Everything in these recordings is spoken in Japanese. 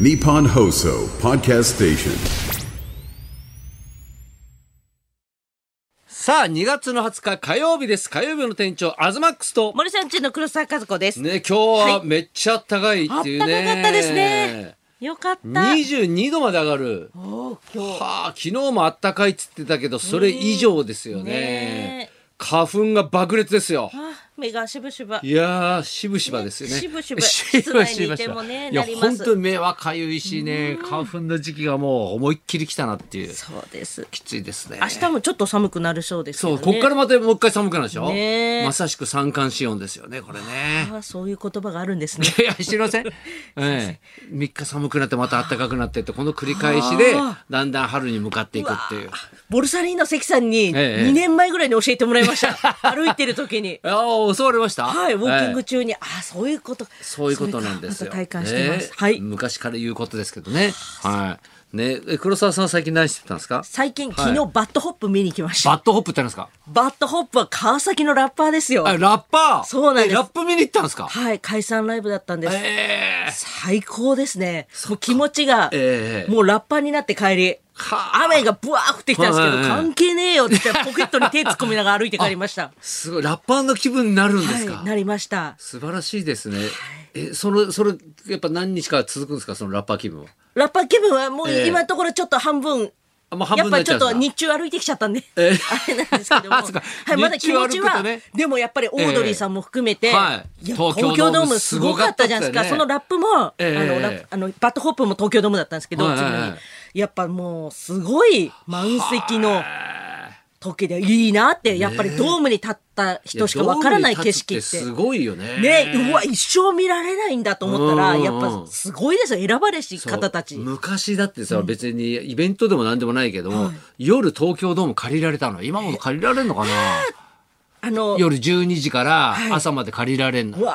Nippon Hoso Podcast Station. さあ、2月の20日火曜日です。火曜日の店長、アズマックスと。森さんちの黒沢和子です。ね、今日ははめっちゃあったかいっていうね。あったかかったですね。よかった。 22度まで上がる。おー今日。はあ、昨日もあったかいっつってたけど、それ以上ですよねねえ。花粉が爆裂ですよ。あ、目がしぶしば。いやー、しぶしばですよね。ねしぶしばしぶしば室内にいてもねいや、なります本当に目はかゆいしね、花粉の時期がもう思いっきり来たなっていう。そうです。きついですね。明日もちょっと寒くなるそうですけそどう、ね。こっからまたもう一回寒くなるでしょ、ねえまさしく三寒四温ですよね、これね。 あ、そういう言葉があるんですね。い や、知りません。ええ、3日寒くなってまた暖かくなってって、この繰り返しで、だんだん春に向かっていくっていう。ボルサリーノ関さんにええ2年前ぐらいに教えてもらい ました。 歩いてる時に。ああ、襲われましたはい、ウォーキングええ中に、あ、そういうこと。そういうことなんですよ。それかまた体感してます。ええはい。昔から言うことですけどね。はい。ね、え黒沢さんは最近何してたんですか最近、はい昨日バッドホップ見に行きました。バットホップってなんですかバッドホップは川崎のラッパーですよ。あ、ラッパーそうなんですえラップ見に行ったんですかはい、解散ライブだったんです。ええ最高ですね。もう気持ちが、ええもうラッパーになって帰り、はあ雨がブワー降ってきたんですけど、はいはい関係ねえよって言ってポケットに手突っ込みながら歩いて帰りました。す ごい、ラッパーの気分になるんですか、はい、なりました。素晴らしいですね。え、その、それ、やっぱ何日か続くんですかそのラッパー気分は。ラッパー気分はもうええ今のところちょっと半分、あもう半分やっになぱっりちちゃょうんですっとか日中歩いてきちゃったんで、ええあれなんですけど も、あそうかはい、まだ気持日ち中歩くとは、ねでもやっぱりオードリーさんも含めて、ええはいいや東東京ドーム京ドームすごかったじゃないですか、すごかそのったラップも、ええあのラップあのバットホップも東京ドームだったんですけど、はいはいはい次の日やっぱもうすごい満席の時でいいなって、やっぱりドームに立った人しかわからない景色いっやドームに立つてす。ごいよね。ね、うわ、一生見られないんだと思ったら、うんやっぱすごいですよ、選ばれしそう方たち。昔だってさ、別にイベントでも何でもないけども、夜東京ドーム借りられたの。今も借りられんのかなあの、夜12時から朝まで借りられんの。うわ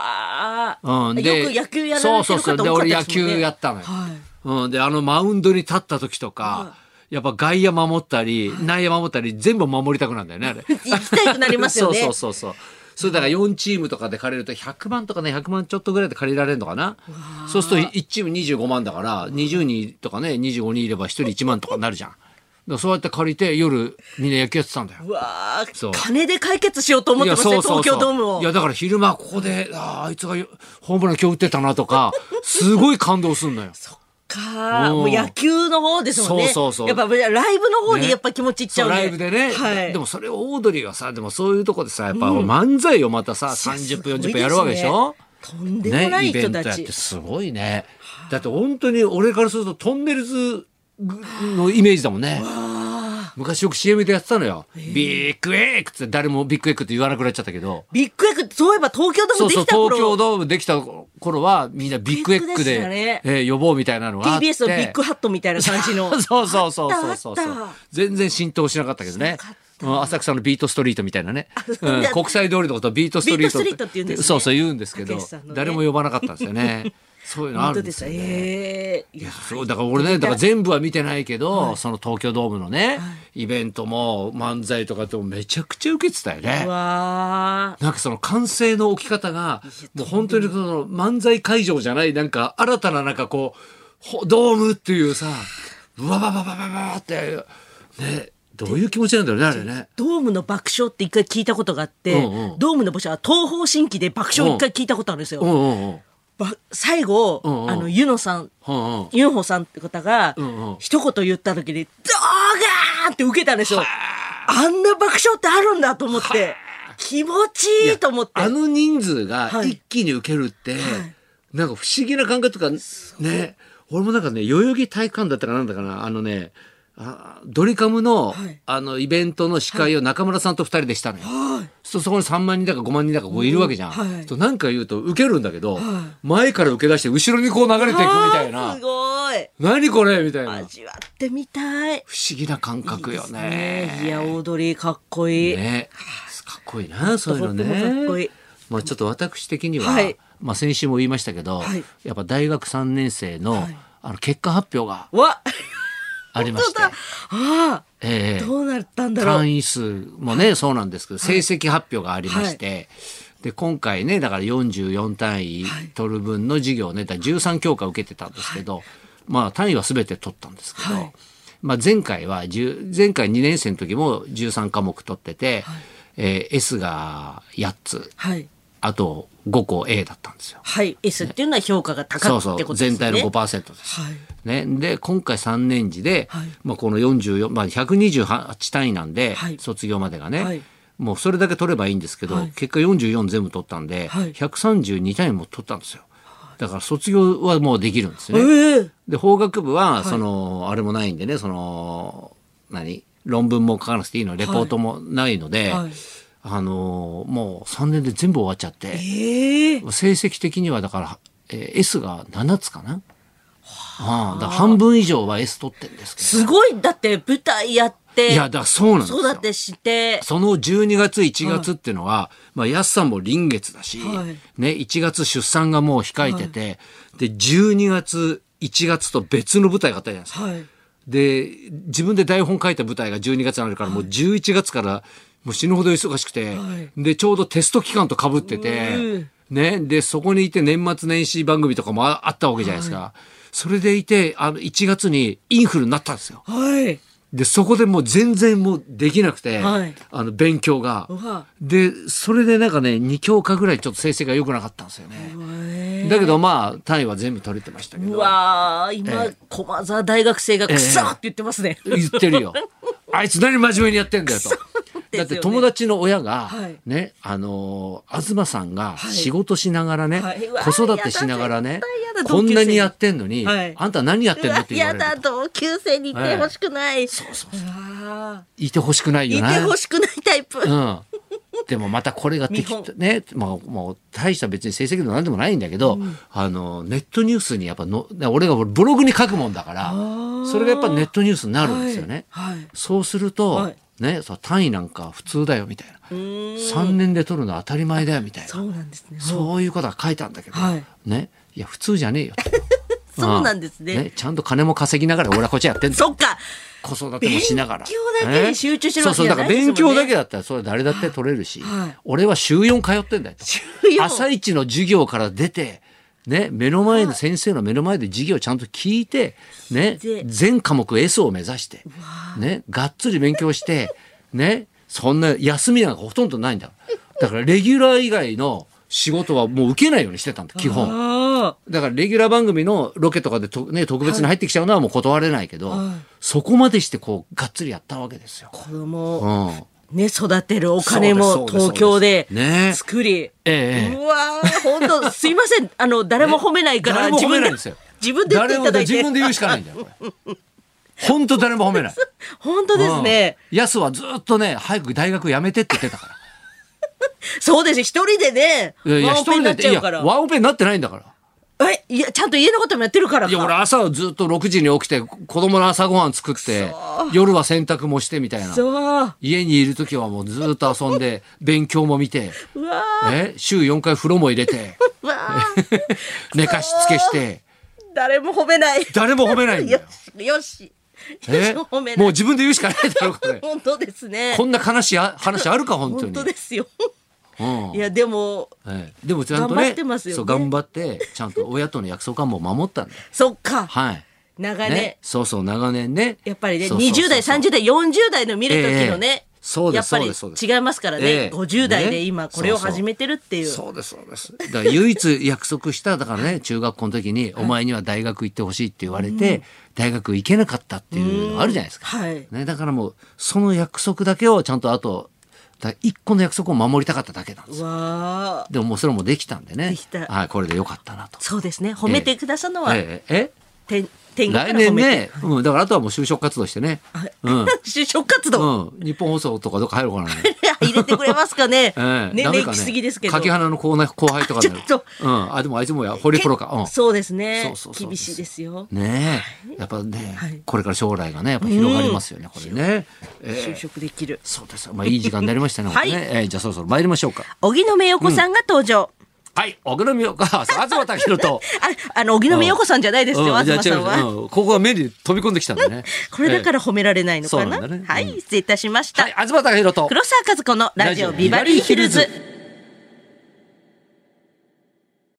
あ、うん、でよく野球やられてるそうそうそ方うで多かっ俺た野ですもんね球やったのよ、はいうん、であのマウンドに立った時とか、やっぱ外野守ったり、内野守ったり全部守りたくなんだよねあれ行きたくなりますよね そうそうそうそうそれだから4チームとかで借りると100万とかね100万ちょっとぐらいで借りられるのかなそうすると1チーム25万だから20人とかね25人いれば1人1万とかなるじゃんだからそうやって借りて夜みんな野球やってたんだようわあそう、金で解決しようと思ってますね、東京ドームをい。やだから昼間ここであーあいつがよホームラン今日打ってたなとかすごい感動すん のようかんもう野球の方ですもんね。そうそうそうやっぱライブの方ねにやっぱ気持ちいっちそゃううんライブでね、はい。でもそれをオードリーがさでもそういうとこでさやっぱ漫才をまたさ、30分40分やるわけでしょとんでもないイベ人ントたやっち。てすごいねだって本当に俺からするとトンネルズのイメージだもんね昔よく CM でやってたのよ、ビッグエッグって誰もビッグエッグって言わなくなっちゃったけどビッグエッグ、そういえば東京ドーそうムでそうきた頃。東京ドームできた頃はみんなビッグエッグビッグででしたねえー呼ぼうみたいなのがあって TBS のビッグハットみたいな感じの。そうそうそうそうそうあそっうたあった全然浸透しなかったけどねしなかっうん浅草のビートストリートみたいな ね、そううんだ国際通りのことをビートストリートビートストリートって言うんですねそうそう言うんですけど、たけしさんのね誰も呼ばなかったんですよ ねそういう のある本当んでですすよ。よ、ね、ええいやそうだから俺ねだから全部は見てないけど、その東京ドームのね、イベントも漫才とかともめちゃくちゃ受けてたよねうわあなんかその歓声の置き方が、もう本当にその漫才会場じゃない、なんか新たななんかこう、ほドームっていうさ、うわばばばばばって、ね、どういう気持ちなんだろうね、あれね。ドームの爆笑って一回聞いたことがあって、うんうんドームの場所は東方神起で爆笑一回聞いたことあるんですよ。うんうんうん。ば最後、うんうんあの、ユノさん、うんうん。ユンホさんって方が、んうん一言言った時に、ドーガーンって受けたんですよ。あんな爆笑ってあるんだと思って、気持ちいいと思って。あの人数がはい一気に受けるって、なんか不思議な感覚とか、ね、俺もなんかね、代々木体育館だったかなんだかな、あのね、あドリカムの、はいあの、イベントの司会を中村さんと二人でしたのよ。はいそうそこに3万人だか5万人だかこういるわけじゃん。はいとなんか言うと受けるんだけど、前から受け出して後ろにこう流れていくみたいあーなす。ごい。何これみたいな。味わってみたい。不思議な感覚よね。いいや、オードリーかっこいい。ねかっこいいな、そういうのね。とってもかっこいいまあちょっと私的には、はいまあ先週も言いましたけど、はいやっぱ大学3年生の、はいあの結果発表がわ、ありまして。本当だあええあ、どうなったんだろう。会員数もね、そうなんですけど、成績発表がありまして、で、今回ね、だから44単位取る分の授業ね、だから13教科受けてたんですけど、まあ、単位は全て取ったんですけど、まあ、前回は10前回2年生の時も13科目取ってて、えー S が8つはい。あと5個 A だったんですよ。はい。S っていうのは評価が高そういそってこうとですね。全体の5%です。はい。ね、で今回3年次で、はいまあ、この44、まあ、128単位なんで、はい卒業までがね、はいもうそれだけ取ればいいんですけど、はい結果44全部取ったんで、はい132単位も取ったんですよだから卒業はもうできるんですね。ええで法学部はその、あれもないんでねその何論文も書かなくていいのレポートもないので、はいあのもう3年で全部終わっちゃって。ええ成績的にはだから、えー S が7つかな。ああ、だから半分以上は S 取ってんですけすごい、だって舞台やって、ど。いや、だからそうなんですそうだっよ。てして、その12月、1月っていうのは、まあ、安さんも臨月だし、はいね、1月出産がもう控えてて、で、12月、1月と別の舞台があったじゃないですか。はい。で、自分で台本書いた舞台が12月になるから、もう11月からもう死ぬほど忙しくて、はで、ちょうどテスト期間と被ってうてん、ね、で、そこにいて年末年始番組とかもああったわけじゃないですか。それでいて、あの、1月にインフルになったんですよ。はい。で、そこでもう全然もうできなくて、はいあの、勉強がうわ。で、それでなんかね、2教科ぐらいちょっと成績が良くなかったんですよね。だけどまあ、単位は全部取れてましたけど。うわー今、え駒沢大学生がくそええって言ってますね。言って るよ。あいつ何真面目にやってんだよと。ですよねだって友達の親が、はいね、あのー東さんがい仕事しながらね、はい子育てしながらねうわやだやだ、こんなにやってんのに、はいあんた何やってんのって言わやれるだ、同級生にいてほしくない。そうそういてほしくないいよてな。ほしくないタイプ。うん。でもまたこれが適見当ね、まあ、もう大した別に成績でも何でもないんだけど、あの、ネットニュースにやっぱの、俺がブログに書くもんだから、それがやっぱネットニュースになるんですよね。はいはいそうすると、はいね、そう単位なんか普通だよみたいな。3年で取るのは当たり前だよみたいな。そうなんですね。そういうことが書いたんだけど、はいね、いや、普通じゃねえよと。そうなんですねああちゃんと金も稼ぎながら俺はこっちやってんだそっか。子育てもしながら。勉強だけに集中してるわけじねそうそう、だゃないから勉強だけでだったら、それは誰だって取れるし、はい俺は週4通ってんだよと。 4朝一の授業から出て、ね、目の前の先生の目の前で授業ちゃんと聞いて、ねで、全科目 S を目指して、ね、がっつり勉強して、ね、そんな休みなんかほとんどないんだだからレギュラー以外の仕事はもう受けないようにしてたんだ、基本。あだからレギュラー番組のロケとかでと、ね、特別に入ってきちゃうのはもう断れないけど、はいそこまでしてこうがっつりやったわけですよあ。。子供うをん、ね、育てるお金もそうですそうです東京でそうですね作り。ええうわー本当すいません。あの、誰も褒めないから、誰も褒めないんですよ。自分で言っていただい誰も自分でて。言うしかないんだよ。これ本当誰も褒めない。 本当ですね。うん。ヤスはずっとね早く大学辞めてって言ってたから。そうです。一人でね、いやワンオペになっちゃうかいらや。ワンオペになってないんだから。え、いや、ちゃんと家のこともやってるから いや俺か。朝はずっと6時に起きて子供の朝ごはん作って夜は洗濯もしてみたいな。そう。家にいる時はもうずっと遊ん で勉強も見て。うわえ週4回風呂も入れて ーうわ ー寝かしつけして誰も褒 めない。誰も褒めないんだよよ。し、よし。よしえ褒 めない。もう自分で言うしかないだろこ れ本当ですね。こんな悲しいあ話あるか本当本に当ですよ。うんいや、でも、ええでもちゃんとね頑張ってますよねそう頑張ってちゃんと親との約束はもう守ったんだよそっか。はい長年ね、そうそう長年ねやっぱりね、そうそうそう20代、30代、40代の見る時のえねえ、そうですやっぱりそうですそうです違いますからえね、え50代でね今これを始めてるっていう。そうですそうですだから唯一約束しただからね中学校の時に「お前には大学行ってほしい」って言われて、大学行けなかったっていうのあるじゃないですか、はい。ね、だからもうその約束だけをちゃんとあとだ1個の約束を守りたかっただけなんですうわあ。でももうそれもできたんでねできたはい、これでよかったなと。そうですね。褒めてくださるのは、えええてん天国か来ら褒年めて。ね、うん、だからあとはもう就職活動してね、うん、就職活動、うん、日本放送とかどっか入ろうかな。 入れてくれますかね。 ええ年ダメ齢か行ねき過ぎですけど。柿花の後輩後輩とかになるちょっうん、あでもあいつもやホリプロか、うん、そうですねそうそうそう厳しいですよ。ねえやっぱね、はいこれから将来がねやっぱ広がりますよねこれね、ええ就職できる。そうですまあいい時間になりましたね、はいこれねええじゃあそろそろ参りましょうか荻野目洋子さんが登場。はい小倉美 代子東拓弘とあ、あの荻野目洋子さんじゃないですよ、うんじゃあ東さん違うは。うんここが目に飛び込んできたんだね、これだからら褒められないのかええそうなな。んだねはうい、ん失礼いたしました。はい東拓弘と黒沢和子のラジオビバリーヒルズ。